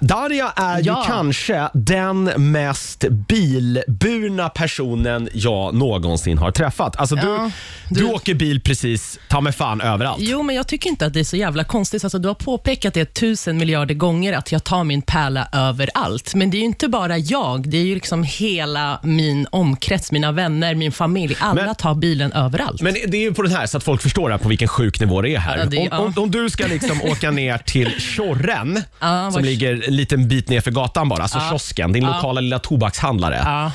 Darja Eh, är Ja. ju kanske den mest bilburna personen jag någonsin har träffat. Alltså du, Ja, du... åker bil precis ta mig fan överallt. Jo, men jag tycker inte att det är så jävla konstigt. Alltså, du har påpekat det tusen miljarder gånger att jag tar min pärla överallt. Men det är ju inte bara jag, det är ju liksom hela min omkrets, mina vänner, min familj. Alla Men- tar bilen överallt. Men det är ju på den här så att folk förstår här på vilken sjuk nivå det är här. Ja, det- om, ja. om, om du ska liksom åka ner till Tjorren, Ja, som vars- ligger en liten bit ner för gatan bara, alltså kiosken, din lokala lilla tobakshandlare. Ja.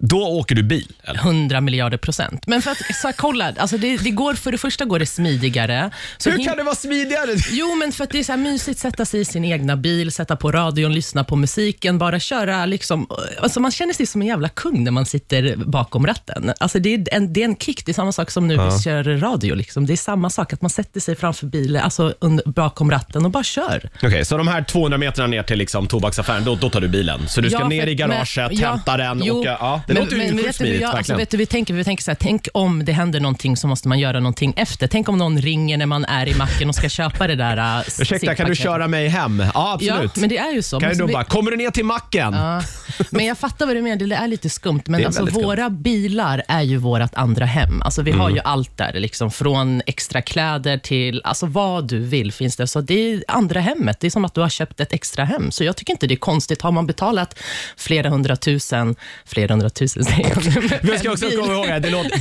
Då åker du bil. eller? 100 miljarder procent. Men för att så här, kolla, alltså det, det går, för det första går det smidigare. Så Hur hin- kan det vara smidigare? Jo, men för att det är så här mysigt sätta sig i sin egna bil, sätta på radion, lyssna på musiken, bara köra liksom. Alltså man känner sig som en jävla kung när man sitter bakom ratten. Alltså det är en, det är en kick, det är samma sak som nu vi kör radio. Liksom. Det är samma sak, att man sätter sig framför bilen, alltså under, bakom ratten och bara kör. Okej, så de här 200 metrarna ner till liksom tobaksaffären, då, då tar du bilen. Så du ska Ja, ner för- i garaget, men- ja, hämta den, jo, åka... Ja, det låter ju sjukt vet du, smidigt ja, alltså, verkligen. vet du, vi, tänker, vi tänker så här, tänk om det händer någonting så måste man göra någonting efter. Tänk om någon ringer när man är i macken och ska köpa det där äh, Ursäkta, kan du sillpaketet. köra mig hem? Ja, Ja, absolut. men det är ju så. Kan Men du så då vi- bara, kommer du ner till macken? Ja. Men jag fattar vad du menar, det är lite skumt. Det är Men alltså, väldigt skumt. Mm. våra bilar är ju vårt andra hem. Alltså, vi har ju allt där, liksom, från extra kläder till alltså, vad du vill. finns Det Så det är andra hemmet. Det är som att du har köpt ett extra hem. Så jag tycker inte det är konstigt. Har man betalat flera hundratusen, flera hundratusen säger jag nu, men Vi ska en också bil- komma ihåg att det, låter,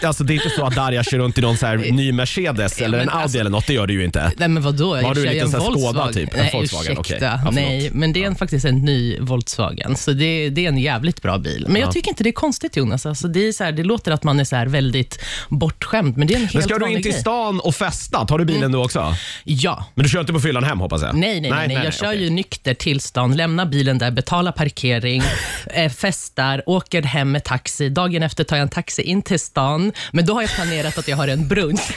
det, alltså det är inte så att Darja kör runt i någon så här ny Mercedes eller en men Audi alltså- eller något. Det gör du ju inte. Nej, men vadå? Har du en Jag kör ju liten sån här Skoda Volkswagen. typ? En Nej, Volkswagen, okej. Ja, ursäkta. förlåt. Nej, men det är en, faktiskt en ny Volkswagen, så det, det är en jävligt bra bil. Men jag tycker inte det är konstigt, Jonas. Alltså, det, är så här, det låter att man är så här väldigt bortskämd, men det är en helt Men ska du vanlig in till grej. stan och festa, tar du bilen då också? Ja. Men du kör inte på fyllan hem hoppas jag? Nej, nej, nej, nej. Jag kör okej. ju nykter till stan, lämnar bilen där, betalar parkering, eh, festar, åker hem med taxi. Dagen efter tar jag en taxi in till stan, men då har jag planerat att jag har en brunch.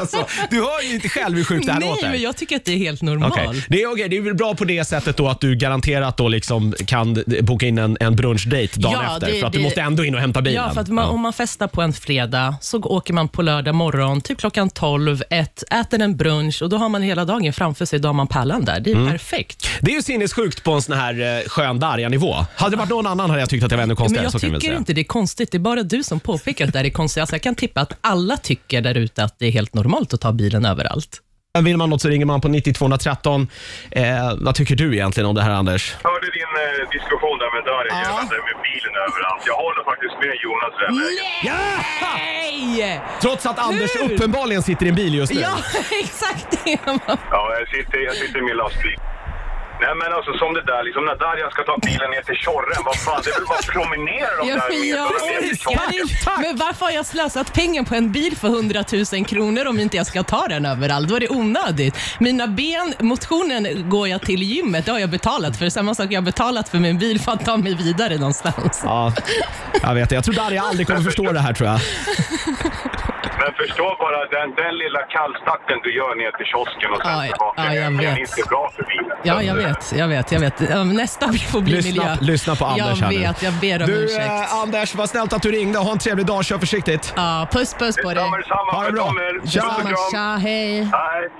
Alltså, du hör ju inte själv hur sjukt det här nej, låter. men jag tycker att det är helt normalt. Okej. Det, är, okej, det är väl bra på det sättet då att du garanterat då liksom kan boka in en, en brunchdate dagen Ja, efter. det- för att du det- måste ändå in och hämta bilen. Ja, för att man, om man festar på en fredag så g- åker man på lördag morgon, typ klockan 12, ett, äter en brunch och då har man hela dagen framför sig. Då har man pärlan där. Det Mm. är perfekt. Det är ju sinnessjukt på en sån här eh, skön darja-nivå. Hade det varit någon annan hade jag tyckt att det var ännu Men konstigare. jag så kan vi väl tycker säga. inte det är konstigt. Det är bara du som påpekar att det här är konstigt. Alltså jag kan tippa att alla tycker där ute att det är helt normalt att ta bilen överallt. Vill man något så ringer man på 9213. Eh, vad tycker du egentligen om det här Anders? Hörde din eh, diskussion där med Darja Ja. gällande med bilen överallt. Jag håller faktiskt med Jonas i det här Mm. läget. Ja! Nej! Trots att Anders Hur? uppenbarligen sitter i en bil just nu. Ja, exakt det. man- Ja, jag sitter, jag sitter i min lastbil. Nej men alltså som det där, liksom när Darja ska ta bilen ner till Tjorren, vad fan, det är väl bara att promenera de Jag, där jag metrarna ner till orkar Tjorren. inte. Tack. Men varför har jag slösat pengar på en bil för 100 000 kronor om inte jag ska ta den överallt? Då är det onödigt. Mina ben, motionen går jag till gymmet, det har jag betalat för. Samma sak jag har betalat för min bil för att ta mig vidare någonstans. Ja, jag vet det. Jag tror Darja aldrig kommer förstå det här tror jag. Men förstå bara den, den lilla kallstarten du gör ner till kiosken och sen Ja, ja, tillbaka ja, jag hem. Den är vet. inte bra för bilen. Ja, jag vet, jag vet, jag vet. Ja, men Nästa får bli miljö. Lyssna, lyssna på Anders Jag här nu. vet, jag ber om Du ursäkt. eh, Anders, vad snällt att du ringde. Ha en trevlig dag. Kör försiktigt. Ja, puss puss på dig. Detsamma, detsamma. Ha det bra. Sköt om er. Tja. Puss och kram. Tja, hej. Hej.